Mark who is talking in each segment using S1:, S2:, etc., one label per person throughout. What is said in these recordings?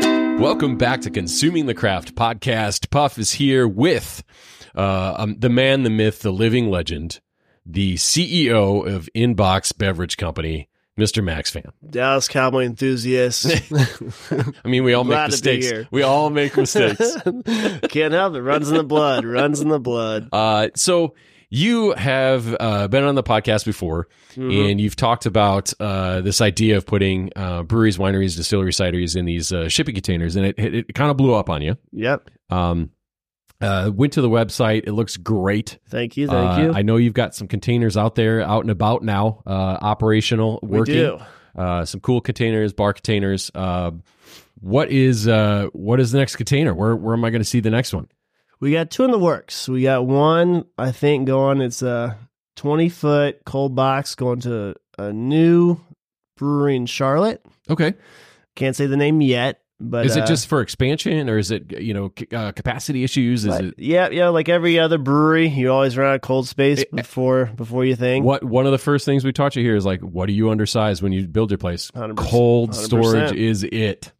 S1: Welcome back to Consuming the Craft podcast. Puff is here with uh, um, the man, the myth, the living legend, the CEO of Inbox Beverage Company, Mr. Max Fan.
S2: Dallas Cowboy enthusiast.
S1: I mean, we all make
S2: Glad to be
S1: mistakes.
S2: here.
S1: We all make mistakes.
S2: Can't help it. Runs in the blood. Runs in the blood.
S1: uh, so you have uh, been on the podcast before.
S2: Mhm.
S1: and you've talked about uh, this idea of putting uh, breweries, wineries, distillery cideries in these uh, shipping containers, and it, it, it kind of blew up on you.
S2: Yep.
S1: Um, uh, went to the website; it looks great.
S2: Thank you. Thank
S1: Uh,
S2: you.
S1: I know you've got some containers out there, out and about now, uh, operational,
S2: we
S1: working.
S2: do.
S1: Uh, some cool containers, bar containers. Uh, what is uh, what is the next container? Where where am I going to see the next one?
S2: We got two in the works. We got one, I think, going. It's a 20 foot cold box going to a new brewery in Charlotte.
S1: Okay,
S2: Can't say the name yet, but
S1: is it
S2: uh,
S1: just for expansion, or is it you know c- uh, capacity issues? Is
S2: like-
S1: it
S2: yeah, yeah, like every other brewery, you always run out of cold space
S1: It-
S2: before before you think.
S1: What one of the first things we taught you here is like, what do you undersize when you build your place?
S2: 100%.
S1: Cold
S2: 100%.
S1: storage is it.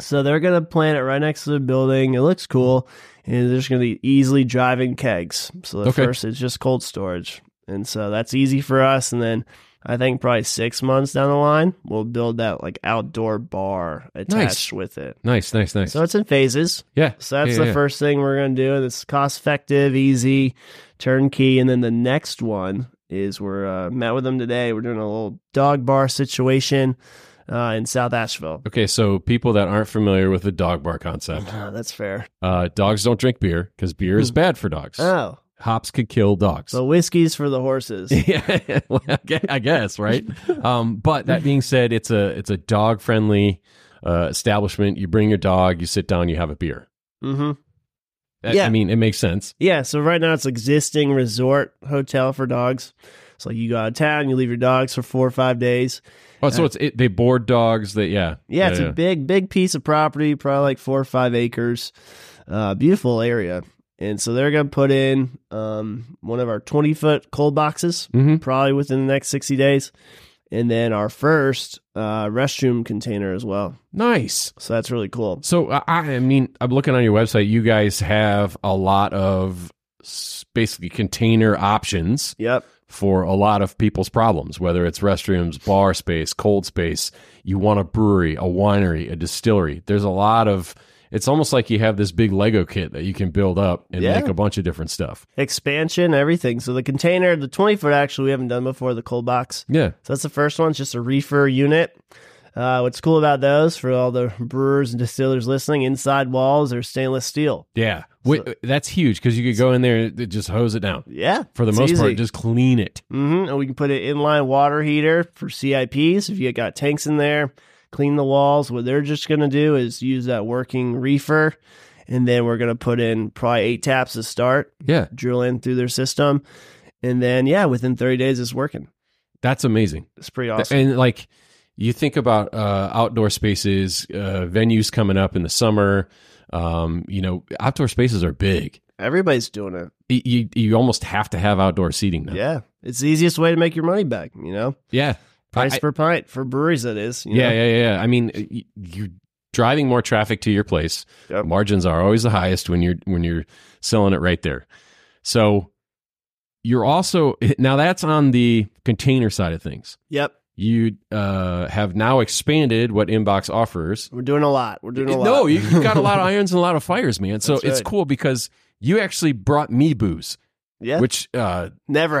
S2: So they're gonna plant it right next to the building. It looks cool, and they're just gonna be easily driving kegs. So the
S1: Okay.
S2: first it's just cold storage, and so that's easy for us. And then I think probably six months down the line, we'll build that like outdoor bar attached with it.
S1: Nice, nice, nice.
S2: So it's in phases.
S1: yeah,
S2: So that's
S1: Yeah,
S2: the
S1: yeah.
S2: first thing we're gonna do, and it's cost effective, easy, turnkey. And then the next one is we're uh, met with them today. We're doing a little dog bar situation uh, in South Asheville.
S1: Okay, so people that aren't familiar with the dog bar concept,
S2: Oh, that's fair.
S1: uh, dogs don't drink beer because beer is bad for dogs.
S2: Oh,
S1: Hops could kill dogs.
S2: Hmm. So whiskey's for the horses.
S1: yeah, well, I gue- I guess right. Um, but that being said, it's a it's a dog friendly uh, establishment. You bring your dog, you sit down, you have a beer.
S2: hmm
S1: I- I
S2: Yeah.
S1: mean, it makes sense.
S2: Yeah. So right now it's existing resort hotel for dogs. So you go out of town, you leave your dogs for four or five days.
S1: Oh, so it's it, they board dogs. That yeah,
S2: Uh, Yeah, it's a big, big piece of property, probably like four or five acres. Uh, beautiful area. And so they're gonna put in um, one of our twenty foot cold boxes,
S1: hmm
S2: probably within the next sixty days, and then our first uh, restroom container as well.
S1: Nice.
S2: So that's really cool.
S1: So I, I mean, I'm looking on your website. You guys have a lot of s- basically container options
S2: Yep.
S1: for a lot of people's problems, whether it's restrooms, bar space, cold space. You want a brewery, a winery, a distillery. There's a lot of. It's almost like you have this big Lego kit that you can build up and
S2: Yeah.
S1: make a bunch of different stuff.
S2: expansion, everything. So the container, the 20 foot actually we haven't done before, the cold box.
S1: Yeah.
S2: So that's the first one. It's just a reefer unit. Uh, what's cool about those for all the brewers and distillers listening, inside walls are stainless steel.
S1: Yeah. Wait, that's huge because you could go in there and just hose it down.
S2: Yeah.
S1: For the
S2: it's
S1: most part,
S2: easy.
S1: just clean it.
S2: hmm And we can put an inline water heater for CIPs. If you got tanks in there, clean the walls. What they're just going to do is use that working reefer. And then we're going to put in probably eight taps to start,
S1: Yeah.
S2: drill in through their system. And then, yeah, within 30 days, it's working.
S1: That's amazing.
S2: It's pretty
S1: Th-
S2: awesome.
S1: And like you think about uh, outdoor spaces, uh, venues coming up in the summer. Um, you know, outdoor spaces are big.
S2: Everybody's doing it.
S1: Y- You you almost have to have outdoor seating now.
S2: Yeah. It's the easiest way to make your money back, you know?
S1: yeah,
S2: Price
S1: I-
S2: per pint for breweries, that is. You
S1: yeah,
S2: know?
S1: yeah, yeah, yeah. I mean, y- you're driving more traffic to your place.
S2: Yep.
S1: Margins are always the highest when you're when you're selling it right there. So you're also now that's on the container side of things.
S2: Yep.
S1: You uh, have now expanded what Inbox offers
S2: We're doing a lot. We're doing a lot.
S1: No, you, you got a lot of irons and a lot of fires, man. So
S2: That's
S1: it's
S2: right.
S1: cool because you actually brought me booze,
S2: yeah. Which
S1: which uh,
S2: never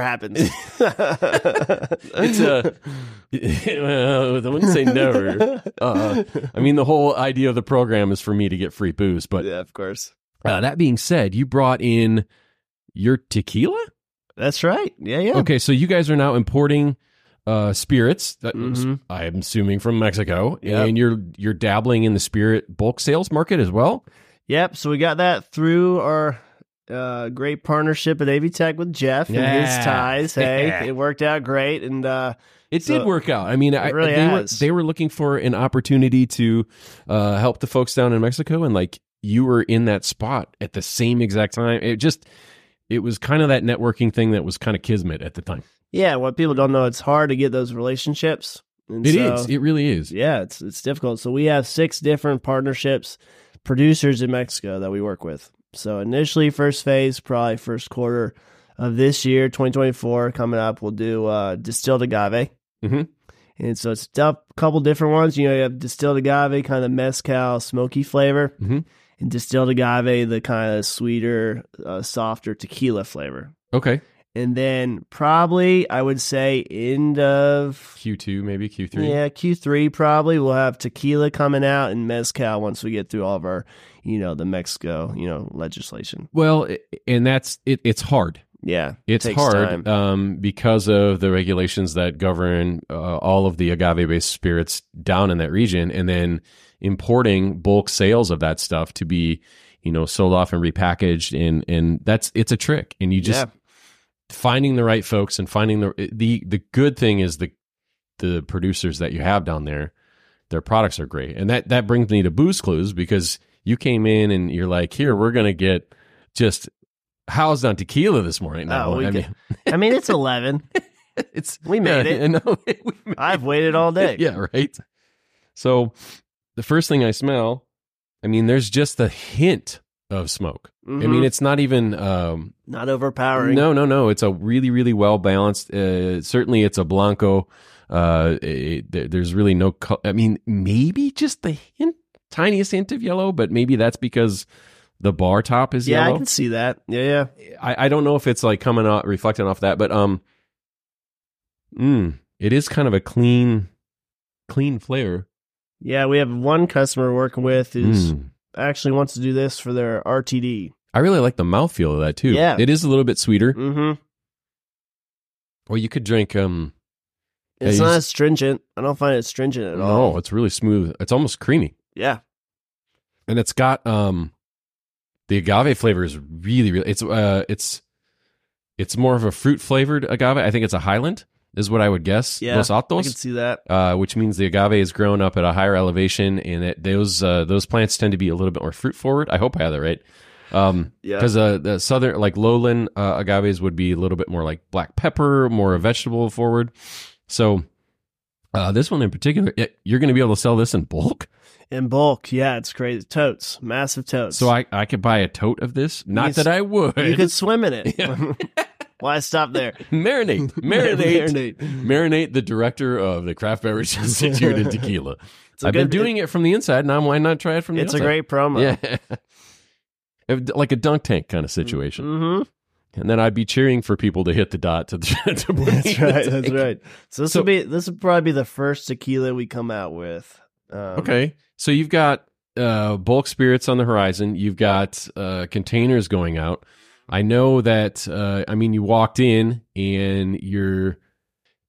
S2: happens. it's
S1: it's a. well, I wouldn't say never. Uh, I mean, the whole idea of the program is for me to get free booze. But
S2: yeah, of course.
S1: uh, that being said, you brought in your tequila.
S2: That's right. Yeah, yeah.
S1: Okay, so you guys are now importing uh, spirits. That,
S2: Mhm.
S1: I'm assuming from Mexico,
S2: Yep.
S1: and you're you're dabbling in the spirit bulk sales market as well.
S2: Yep. So we got that through our uh, great partnership at AV Tech with Jeff and
S1: Yeah.
S2: his ties. Hey,
S1: Yeah.
S2: it worked out great. And uh,
S1: It
S2: So-
S1: did work out. I mean, I,
S2: really
S1: they, were,
S2: has.
S1: they were looking for an opportunity to uh, help the folks down in Mexico, and like you were in that spot at the same exact time. It just, it was kind of that networking thing that was kind of kismet at the time.
S2: yeah, what people don't know, it's hard to get those relationships. And
S1: It is.
S2: so-
S1: It really is.
S2: Yeah, it's it's difficult. So we have six different partnerships, producers in Mexico that we work with. So initially, first phase, probably first quarter of this year, 2024, coming up, we'll do uh, distilled agave.
S1: Mhm.
S2: And so it's a couple different ones. You know, you have distilled agave, kind of mezcal, smoky flavor,
S1: Mhm.
S2: and distilled agave, the kind of sweeter, uh, softer tequila flavor.
S1: Okay.
S2: And then probably, I would say, end of
S1: Q2, maybe Q3.
S2: yeah, Q3 probably we'll have tequila coming out and mezcal once we get through all of our, you know, the Mexico, you know, legislation.
S1: Well, i- and that's it, it's hard.
S2: Yeah,
S1: It's
S2: Takes
S1: hard
S2: time.
S1: um, because of the regulations that govern uh, all of the agave based spirits down in that region, and then importing bulk sales of that stuff to be, you know, sold off and repackaged, and and that's it's a trick, and you just
S2: Yeah.
S1: finding the right folks and finding the the the good thing is the the producers that you have down there, their products are great, and that that brings me to booze clues because you came in and you're like, here we're gonna get just housed on tequila this morning.
S2: Oh,
S1: No,
S2: we
S1: I
S2: get-
S1: mean,
S2: I mean it's eleven.
S1: it's
S2: We made
S1: yeah,
S2: it.
S1: I know. We made
S2: I've waited all day.
S1: it. Yeah, right. So the first thing I smell, I mean, there's just a hint of smoke. I mean, it's not even. Um,
S2: Mm-hmm. not overpowering.
S1: no, no, no. It's a really, really well balanced. Uh, certainly, it's a blanco. Uh, it- there- there's really no. Co- I mean, maybe just the hint, tiniest hint of yellow, but maybe that's because the bar top is
S2: yeah,
S1: yellow.
S2: I can see that. Yeah, yeah.
S1: I, I don't know if it's like coming out reflecting off that, but um, mm, it is kind of a clean, clean flavor.
S2: Yeah, we have one customer we're working with who's
S1: Mm.
S2: actually wants to do this for their RTD.
S1: I really like the mouthfeel of that too.
S2: Yeah.
S1: it is a little bit sweeter.
S2: Mm-hmm.
S1: Or you could drink um, Yeah,
S2: It's
S1: you
S2: not
S1: s-
S2: as stringent. I don't find it stringent at all.
S1: no, it's really smooth. It's almost creamy,
S2: Yeah.
S1: and it's got um, the agave flavor is really, really. It's uh, it's it's more of a fruit flavored agave. I think it's a Highland is what I would guess.
S2: Yeah,
S1: Los
S2: I
S1: Altos.
S2: can see that.
S1: uh, which means the agave is grown up at a higher elevation, and it, those uh, those plants tend to be a little bit more fruit forward. I hope I have that right, because
S2: Yeah.
S1: uh, the southern like lowland uh, agaves would be a little bit more like black pepper, more vegetable forward. So uh, this one in particular, it, you're going to be able to sell this in bulk.
S2: In bulk, yeah, it's crazy. Totes, massive totes.
S1: So I I could buy a tote of this. Not
S2: You
S1: that I would.
S2: You could swim in
S1: Yeah.
S2: it. Why stop there?
S1: marinate, marinate, marinate,
S2: Marinate.
S1: the director of the Craft Beverage Institute in tequila.
S2: It's a
S1: I've been
S2: good-
S1: doing it, from the inside. Now why not try it from the
S2: It's a
S1: outside?
S2: great promo.
S1: Yeah. If- like a dunk tank kind of situation.
S2: hmm
S1: And then I'd be cheering for people to hit the dot to, to put me in
S2: That's
S1: the
S2: right. That's
S1: tank.
S2: right. So this
S1: So-
S2: will be this will probably be the first tequila we come out with. Um,
S1: Okay. So you've got uh, bulk spirits on the horizon. You've got uh, containers going out. I know that, uh, I mean, you walked in and you're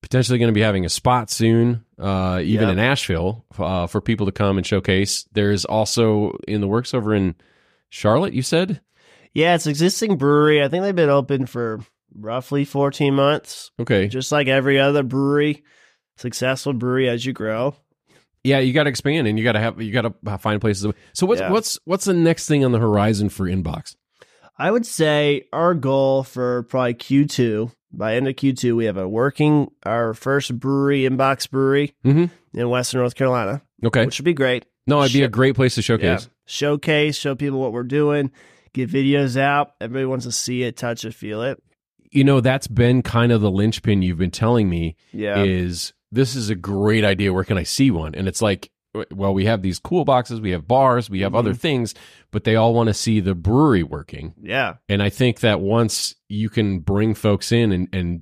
S1: potentially going to be having a spot soon, uh, even
S2: Yeah.
S1: in Asheville, uh, for people to come and showcase. There's also in the works over in Charlotte, you said?
S2: Yeah, it's existing brewery. I think they've been open for roughly 14 months.
S1: Okay.
S2: Just like every other brewery, successful brewery as you grow.
S1: Yeah, you got to expand, and you got to have you got to find places. So what's
S2: Yeah.
S1: what's what's the next thing on the horizon for inbox?
S2: I would say our goal for probably Q2, by end of Q2, we have a working, our first brewery, inbox brewery
S1: Mhm.
S2: in Western North Carolina,
S1: Okay,
S2: which would be great.
S1: no, it'd be a
S2: shit.
S1: great place to showcase.
S2: Yeah. Showcase, show people what we're doing, get videos out. Everybody wants to see it, touch it, feel it.
S1: You know, that's been kind of the linchpin you've been telling me
S2: Yeah.
S1: is this is a great idea. Where can I see one? And it's like, well, we have these cool boxes, we have bars, we have other
S2: Mm-hmm.
S1: things, but they all want to see the brewery working.
S2: yeah.
S1: And I think that once you can bring folks in, and and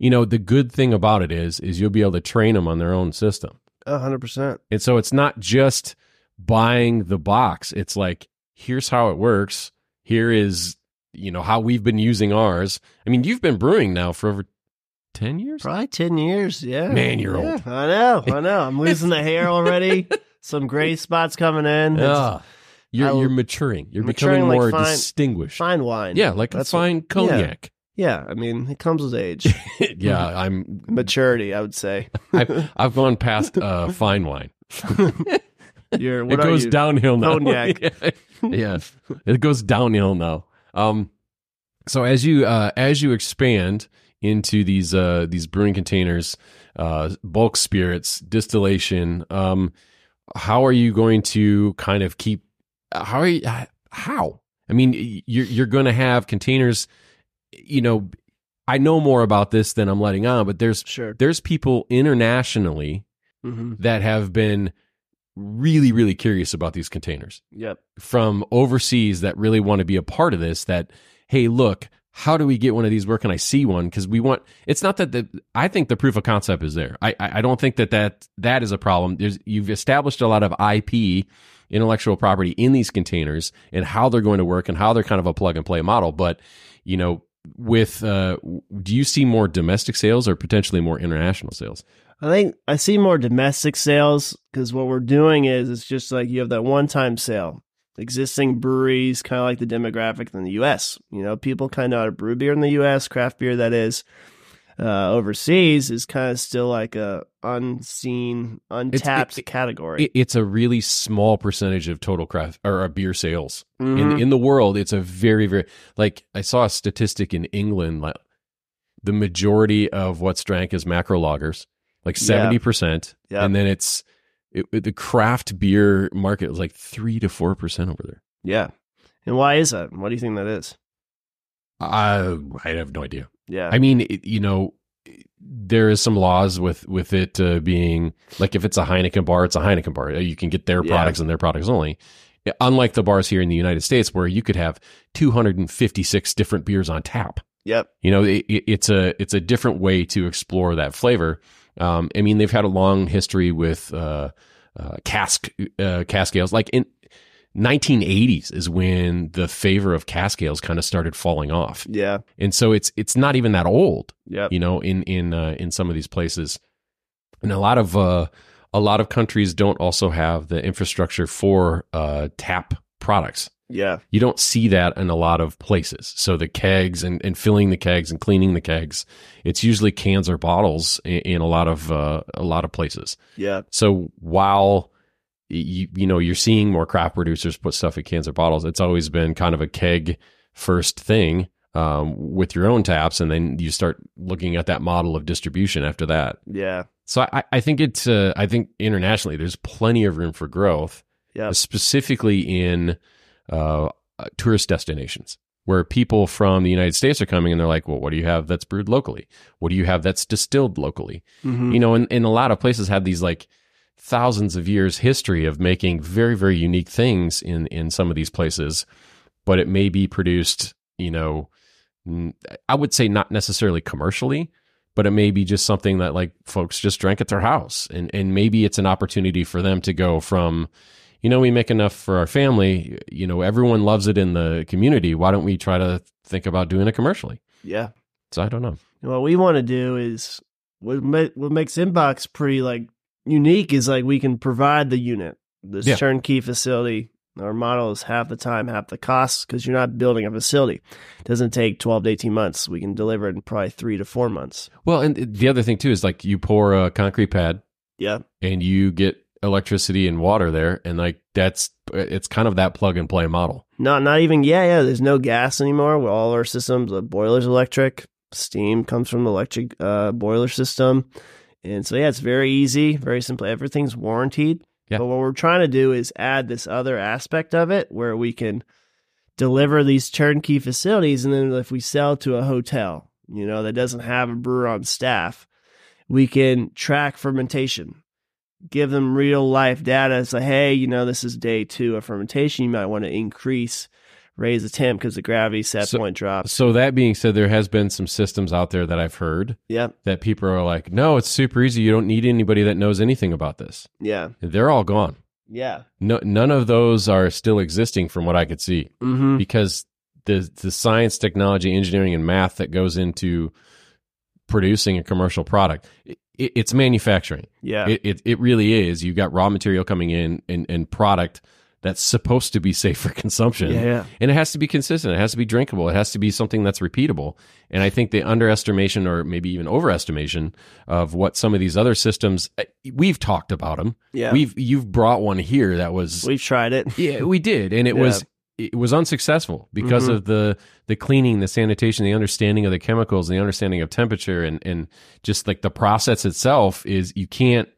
S1: you know, the good thing about it is is you'll be able to train them on their own system.
S2: A hundred percent.
S1: And so it's not just buying the box. It's like, here's how it works. Here is, you know, how we've been using ours. I mean, you've been brewing now for over 10 years.
S2: Probably ten years. Yeah.
S1: Man, you're
S2: Yeah,
S1: old.
S2: I know. I know. I'm losing the hair already. Some gray spots coming in. It's
S1: Ah, you're,
S2: I-
S1: you're maturing. You're
S2: Maturing
S1: becoming
S2: like
S1: more
S2: fine-
S1: distinguished.
S2: Fine wine.
S1: yeah, like
S2: That's
S1: a fine cognac.
S2: Yeah. I mean, it comes with age.
S1: Yeah, I'm.
S2: Maturity, I would say.
S1: I've, I've gone past uh, fine wine.
S2: You're,
S1: It
S2: what are
S1: goes
S2: you?
S1: downhill now.
S2: Cognac.
S1: yeah. Yeah. it goes downhill now. Um, so as you uh, as you expand into these uh, these brewing containers, uh, bulk spirits, distillation, um, how are you going to kind of keep how are you, how? I mean, you're you're going to have containers. You know, I know more about this than I'm letting on, but there's
S2: Sure.
S1: there's people internationally
S2: Mm-hmm.
S1: that have been really really curious about these containers
S2: Yep.
S1: from overseas that really want to be a part of this that hey look how do we get one of these where can i see one because we want it's not that the i think the proof of concept is there i i I don't think that that that is a problem there's you've established a lot of ip intellectual property in these containers and how they're going to work and how they're kind of a plug and play model but you know with uh w- do you see more domestic sales or potentially more international sales
S2: I think I see more domestic sales because what we're doing is it's just like you have that one time sale. Existing breweries, kind of like the demographic in the US. You know, people kind of brew beer in the US, craft beer that is. Uh, overseas is kind of still like a unseen, untapped
S1: it-
S2: category.
S1: it, it's a really small percentage of total craft or uh, beer sales
S2: Mhm.
S1: in in the world it's a very very like i saw a statistic in england like the majority of what's drank is macro lagers like
S2: Yeah.
S1: 70%
S2: Yeah.
S1: and then it's it, it- the craft beer market is like 3 to 4% over there
S2: yeah, and why is that? What do you think that is?
S1: i i have no idea
S2: Yeah,
S1: I mean, it, you know, there is some laws with with it uh, being like if it's a Heineken bar, it's a Heineken bar. You can get their
S2: Yeah.
S1: products and their products only. Unlike the bars here in the United States, where you could have 256 different beers on tap.
S2: yep,
S1: You know, it, it- it's a it's a different way to explore that flavor. Um, I mean, they've had a long history with uh, uh, cask uh, cask ales. Like in 1980s is when the favor of cask ales kind of started falling off,
S2: yeah,
S1: and so it's it's not even that old
S2: yep,
S1: you know in in uh, in some of these places and a lot of uh a lot of countries don't also have the infrastructure for uh tap products
S2: yeah,
S1: you don't see that in a lot of places so the kegs and, and filling the kegs and cleaning the kegs it's usually cans or bottles in, in a lot of uh, a lot of places
S2: yeah,
S1: so while you you know you're seeing more craft producers put stuff in cans or bottles, it's always been kind of a keg first thing um, with your own taps, and then you start looking at that model of distribution after that.
S2: yeah,
S1: So I, I think it's uh, I think internationally there's plenty of room for growth,
S2: Yep.
S1: specifically in uh, tourist destinations where people from the United States are coming and they're like, well, what do you have that's brewed locally? What do you have that's distilled locally?
S2: hmm
S1: you know and, and a lot of places have these like thousands of years history of making very very unique things in in some of these places but it may be produced you know n- i would say not necessarily commercially but it may be just something that like folks just drank at their house and and maybe it's an opportunity for them to go from you know we make enough for our family you know everyone loves it in the community why don't we try to think about doing it commercially
S2: yeah.
S1: so i don't know
S2: And what we want to do is what ma- what makes inbox pretty like unique is like we can provide the unit this
S1: Yeah.
S2: turnkey facility our model is half the time half the cost because you're not building a facility it doesn't take 12 to 18 months we can deliver it in probably three to four months
S1: well and the other thing too is like you pour a concrete pad
S2: yeah
S1: and you get electricity and water there and like that's it's kind of that plug and play model
S2: not not even yeah yeah there's no gas anymore Well, all our systems the boilers electric steam comes from the electric uh, boiler system and so yeah it's very easy very simple everything's warranted
S1: Yeah.
S2: but what we're trying to do is add this other aspect of it where we can deliver these turnkey facilities and then if we sell to a hotel you know that doesn't have a brewer on staff we can track fermentation give them real life data say hey you know this is day two of fermentation you might want to increase raise the temp because the gravity set
S1: So-
S2: point drops
S1: so that being said there has been some systems out there that i've heard
S2: yep
S1: that people are like no it's super easy you don't need anybody that knows anything about this
S2: yeah
S1: they're all gone
S2: yeah
S1: no, none of those are still existing from what i could see
S2: mm-hmm
S1: because the the science technology engineering and math that goes into producing a commercial product it, it's manufacturing
S2: yeah
S1: It, it it really is. You've got raw material coming in and, and product that's supposed to be safe for consumption.
S2: yeah yeah
S1: And it has to be consistent. It has to be drinkable. It has to be something that's repeatable. And I think the underestimation or maybe even overestimation of what some of these other systems eh, we've talked about them.
S2: yeah we've,
S1: We've you've brought one here that was
S2: tried it
S1: yeah, we did, and it
S2: Yeah.
S1: was it was unsuccessful because
S2: Mhm.
S1: of the the cleaning, the sanitation, the understanding of the chemicals, the understanding of temperature, and and just like the process itself is you can't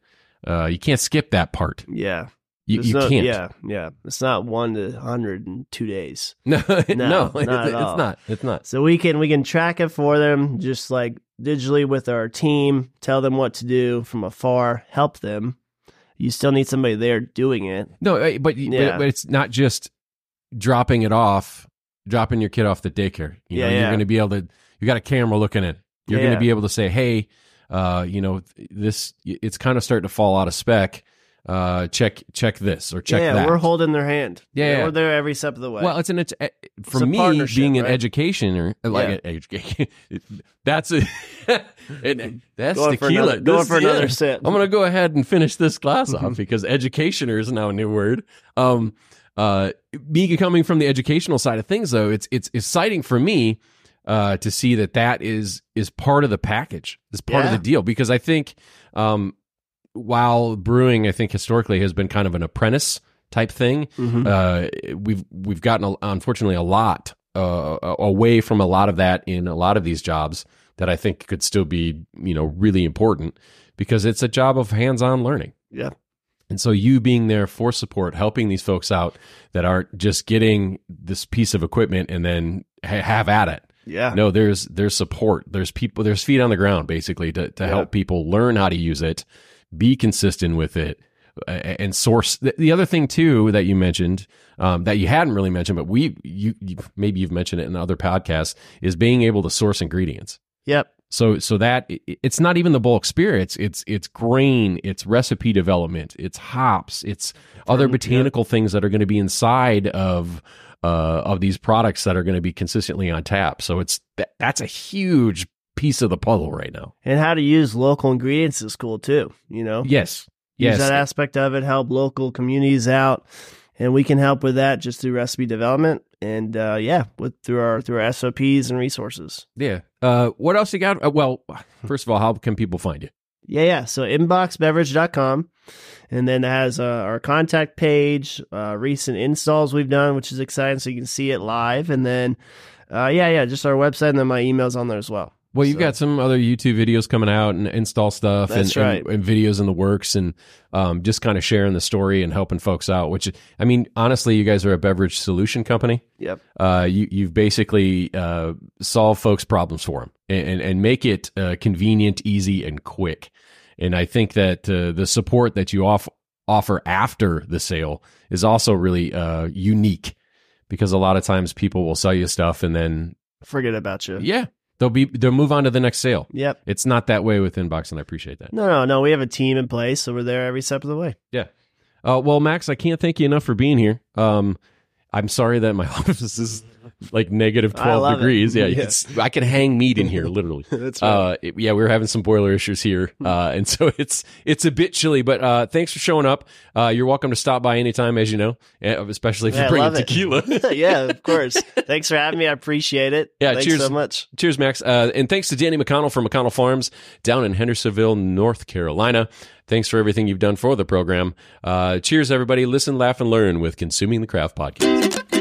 S1: uh, you can't skip that part.
S2: yeah
S1: You,
S2: There's
S1: you
S2: no-
S1: can't.
S2: Yeah, yeah. It's not one to hundred in two days.
S1: No, no,
S2: not
S1: it's,
S2: at
S1: it's
S2: all.
S1: not. It's not.
S2: So we can we can track it for them just like digitally with our team, tell them what to do from afar, help them. You still need somebody there doing it.
S1: No, I- but, y-
S2: Yeah.
S1: but but it's not just dropping it off, dropping your kid off the daycare. You
S2: Yeah,
S1: know,
S2: yeah.
S1: you're going to be able to. You got a camera looking in. You're going
S2: Yeah.
S1: to be able to say, "Hey, uh, you know, th- this it's kind of starting to fall out of spec. Uh, check check this or check
S2: yeah,
S1: that."
S2: we're holding their hand.
S1: Yeah, yeah.
S2: We're there every step of the way.
S1: well, it's an it's, eh, for
S2: It's a
S1: me
S2: partnership,
S1: being an
S2: right?
S1: educationer, uh, like an education. That's a and that's
S2: going
S1: tequila.
S2: for another, going
S1: This- Oh
S2: for another
S1: yeah.
S2: sip.
S1: I'm going to go ahead and finish this class off because educationer is now a new word. Um, uh, me coming from the educational side of things, though, it's it's exciting for me uh, to see that that is is part of the package, is part of
S2: Yeah.
S1: the deal. Because I think um, while brewing, I think historically has been kind of an apprentice type thing.
S2: Mhm.
S1: Uh, we've we've gotten a, unfortunately a lot uh, away from a lot of that in a lot of these jobs that I think could still be you know really important because it's a job of hands-on learning.
S2: Yeah.
S1: And so you being there for support, helping these folks out that aren't just getting this piece of equipment and then ha- have at it.
S2: yeah.
S1: No, there's there's support. There's people. There's feet on the ground basically to to
S2: Yeah.
S1: help people learn how to use it, be consistent with it, a- a- and source. The, the other thing too that you mentioned um, that you hadn't really mentioned, but we you, you maybe you've mentioned it in other podcasts is being able to source ingredients.
S2: Yep.
S1: So so that i- i- it's not even the bulk spirits. It's it's grain. It's recipe development. It's hops. It's other
S2: Fruit, yeah.
S1: botanical things that are going to be inside of uh, of these products that are going to be consistently on tap. So it's that, that's a huge piece of the puzzle right now.
S2: And how to use local ingredients is cool too, you know?
S1: Yes. Yes.
S2: Use that aspect of it, help local communities out. And we can help with that just through recipe development and uh, yeah, with through our through our SOPs and resources.
S1: yeah. Uh, what else you got? Uh, well, first of all, how can people find you?
S2: Yeah, yeah. So inboxbeverage.com. And then it has uh, our contact page, uh, recent installs we've done, which is exciting. So you can see it live. And then, uh, yeah, yeah, just our website. And then my email's on there as well.
S1: Well, you've
S2: So-
S1: got some other YouTube videos coming out and install stuff
S2: That's
S1: and,
S2: right.
S1: and, and videos in the works and um, just kind of sharing the story and helping folks out, which I mean, honestly, you guys are a beverage solution company.
S2: Yep.
S1: Uh, you, you've basically uh, solved folks' problems for them and, and, and make it uh, convenient, easy, and quick. And I think that uh, the support that you off- offer after the sale is also really uh, unique because a lot of times people will sell you stuff and then,
S2: Forget about you.
S1: yeah, they'll be they'll move on to the next sale.
S2: Yep.
S1: It's not that way with Inbox, and I appreciate that.
S2: No, no, no. We have a team in place, so we're there every step of the way.
S1: Uh, well, Max, I can't thank you enough for being here. Um, I'm sorry that my office is like negative
S2: I
S1: 12
S2: love it.
S1: degrees. Yeah,
S2: Yeah.
S1: It's, I can hang meat in here, literally.
S2: That's Hmm.
S1: Uh, it- yeah, we were having some boiler issues here, uh, and so it's it's a bit chilly. But uh, thanks for showing up. Uh, you're welcome to stop by anytime, as you know, eh, especially if
S2: Yeah, I
S1: you bring
S2: love
S1: in
S2: it.
S1: tequila.
S2: yeah, of course. Thanks for having me. I appreciate it.
S1: Yeah,
S2: Thanks
S1: cheers.
S2: so much.
S1: Cheers, Max. Uh, and thanks to Danny McConnell from McConnell Farms down in Hendersonville, North Carolina. Thanks for everything you've done for the program. Uh, cheers, everybody. Listen, laugh, and learn with Consuming the Craft Podcast.